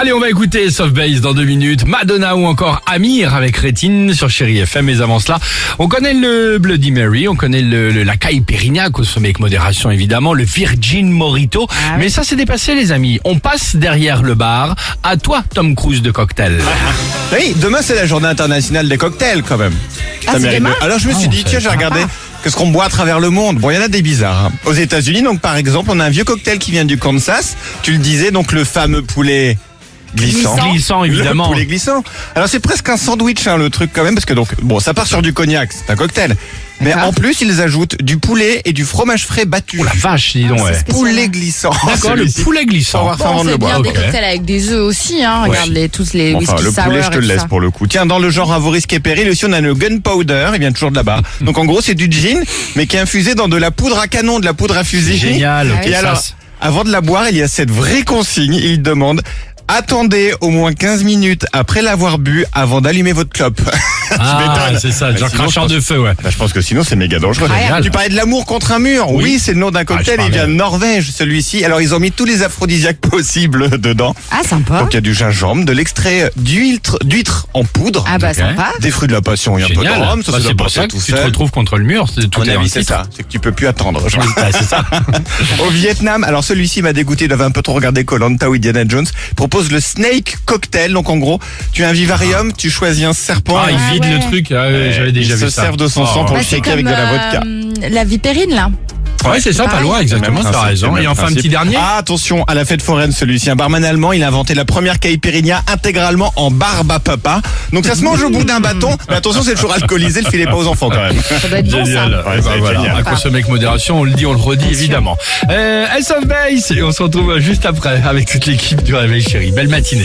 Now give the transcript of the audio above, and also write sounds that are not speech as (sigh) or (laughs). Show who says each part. Speaker 1: Allez, on va écouter Softbase dans deux minutes, Madonna ou encore Amir avec Rétine sur Chéri FM. Mais avant cela, on connaît le Bloody Mary, on connaît le, le- la caille Pérignac, consommé avec modération évidemment, le Virgin Morito.
Speaker 2: Ah
Speaker 1: Mais ça, c'est dépassé les amis. On passe derrière le bar. À toi, Tom Cruise de Cocktail.
Speaker 3: (laughs) Oui, demain c'est la journée internationale des cocktails quand même.
Speaker 2: Ah,
Speaker 3: Ça
Speaker 2: c'est
Speaker 3: mérite
Speaker 2: demain
Speaker 3: de- Alors je me suis
Speaker 1: Ah,
Speaker 3: dit,
Speaker 1: on
Speaker 3: tiens, j'ai regardé qu'est-ce qu'on boit à travers le monde. Bon, il y en a des bizarres. hein. Aux États-Unis, donc par exemple, on a un vieux cocktail qui vient du Kansas. Tu le disais, donc le fameux poulet glissant.
Speaker 2: Glissant.
Speaker 1: Glissant
Speaker 3: Le
Speaker 1: évidemment.
Speaker 3: poulet glissant. Alors c'est presque un sandwich hein, le truc quand même parce que donc bon ça part sur du cognac, c'est un cocktail. Mais
Speaker 2: D'accord.
Speaker 3: en plus ils ajoutent du poulet et du fromage frais battu.
Speaker 1: Oh la vache, dis donc.
Speaker 2: Ah, c'est
Speaker 1: ouais.
Speaker 2: ce que-
Speaker 3: poulet glissant. (laughs)
Speaker 1: D'accord, le
Speaker 3: Celui-ci.
Speaker 1: poulet glissant.
Speaker 3: Au revoir. Enfin, avant
Speaker 2: Bon,
Speaker 3: de le
Speaker 2: c'est bien
Speaker 3: boire,
Speaker 2: des
Speaker 1: ok.
Speaker 2: cocktails avec des œufs aussi, hein.
Speaker 3: Ouais.
Speaker 2: Regarde les, tous les
Speaker 3: Enfin,
Speaker 2: whisky
Speaker 3: le poulet,
Speaker 2: sour
Speaker 3: je te
Speaker 2: et
Speaker 3: le
Speaker 2: tout
Speaker 3: laisse
Speaker 2: ça.
Speaker 3: pour le coup. Tiens, dans le genre à vos risques et périls, aussi on a le gunpowder, il vient toujours de
Speaker 2: (laughs)
Speaker 3: là-bas. Donc en gros, c'est du gin, mais qui est infusé dans de la poudre à canon, de la poudre à fusil.
Speaker 1: Génial.
Speaker 3: (laughs)
Speaker 2: Ah
Speaker 3: Et
Speaker 1: ok, ça,
Speaker 3: alors,
Speaker 1: c'est-
Speaker 3: avant de la boire, il y a cette vraie consigne, il demande Attendez au moins 15 minutes après l'avoir bu avant d'allumer votre clope. (laughs)
Speaker 1: Ah,
Speaker 3: m'étonnes.
Speaker 1: c'est ça,
Speaker 3: Bah,
Speaker 1: genre
Speaker 3: sinon,
Speaker 1: cracheur
Speaker 3: je
Speaker 1: de feu, ouais.
Speaker 3: Bah, je pense que sinon, c'est méga dangereux.
Speaker 1: Ah, génial.
Speaker 3: tu parlais de l'amour contre un mur.
Speaker 1: Oui.
Speaker 3: Oui, c'est le nom d'un cocktail,
Speaker 1: Ah, je
Speaker 3: il vient
Speaker 1: parlais.
Speaker 3: de Norvège, celui-ci. Alors, ils ont mis tous les aphrodisiaques (laughs) possibles dedans.
Speaker 2: Ah, sympa.
Speaker 3: Donc il y a du gingembre, de l'extrait d'huître, d'huître en poudre.
Speaker 2: Ah, bah,
Speaker 1: Ok.
Speaker 2: sympa.
Speaker 3: Des fruits de la passion, il y a un peu de
Speaker 1: Génial.
Speaker 3: rhum, ça
Speaker 1: Bah,
Speaker 3: se doit
Speaker 1: c'est pour
Speaker 3: passer
Speaker 1: ça que
Speaker 3: tout
Speaker 1: tu te
Speaker 3: seul.
Speaker 1: retrouves contre le mur. c'est-
Speaker 3: À
Speaker 1: Tout
Speaker 3: mon
Speaker 1: est
Speaker 3: avis,
Speaker 1: en
Speaker 3: c'est
Speaker 1: titre.
Speaker 3: ça, c'est que tu peux
Speaker 1: (laughs)
Speaker 3: plus attendre. genre.
Speaker 1: Ah, c'est ça.
Speaker 3: Au Vietnam, alors celui-ci m'a dégoûté, il avait un peu trop regardé Colanta ou Indiana Jones, propose le Snake Cocktail. Donc en gros, tu as un vivarium, tu choisis un serpent.
Speaker 1: Ah, il
Speaker 2: Ah
Speaker 1: vide
Speaker 2: ouais.
Speaker 1: le truc. Ah, ouais,
Speaker 3: Ouais,
Speaker 1: J'avais déjà
Speaker 3: ils
Speaker 1: vu
Speaker 3: se
Speaker 1: ça.
Speaker 3: servent de son
Speaker 1: Oh,
Speaker 3: sang pour
Speaker 1: ouais.
Speaker 3: le shaker avec de la vodka.
Speaker 2: Bah, euh, la vipérine, là.
Speaker 1: Ouais, c'est ça, pas
Speaker 2: pareil.
Speaker 1: loin, exactement,
Speaker 3: Même
Speaker 1: t'as
Speaker 3: principe,
Speaker 1: raison.
Speaker 3: même
Speaker 1: Et enfin, un
Speaker 3: principe.
Speaker 1: petit dernier.
Speaker 3: Ah, attention, à la fête foraine, celui-ci. Un barman allemand, il a inventé la première caipirinha intégralement en barbe à papa. Donc ça se mange au bout d'un bâton. Mais attention, c'est toujours alcoolisé, le filet pas aux enfants quand même.
Speaker 2: Ça doit être bon, ça.
Speaker 1: Génial.
Speaker 3: ça.
Speaker 1: Ouais,
Speaker 3: Ouais,
Speaker 1: bah,
Speaker 3: c'est
Speaker 1: voilà.
Speaker 3: génial.
Speaker 1: À consommer avec modération, on le dit, on le redit, évidemment. Euh, S of Base, et on se retrouve juste après avec toute l'équipe du Réveil Chéri. Belle matinée.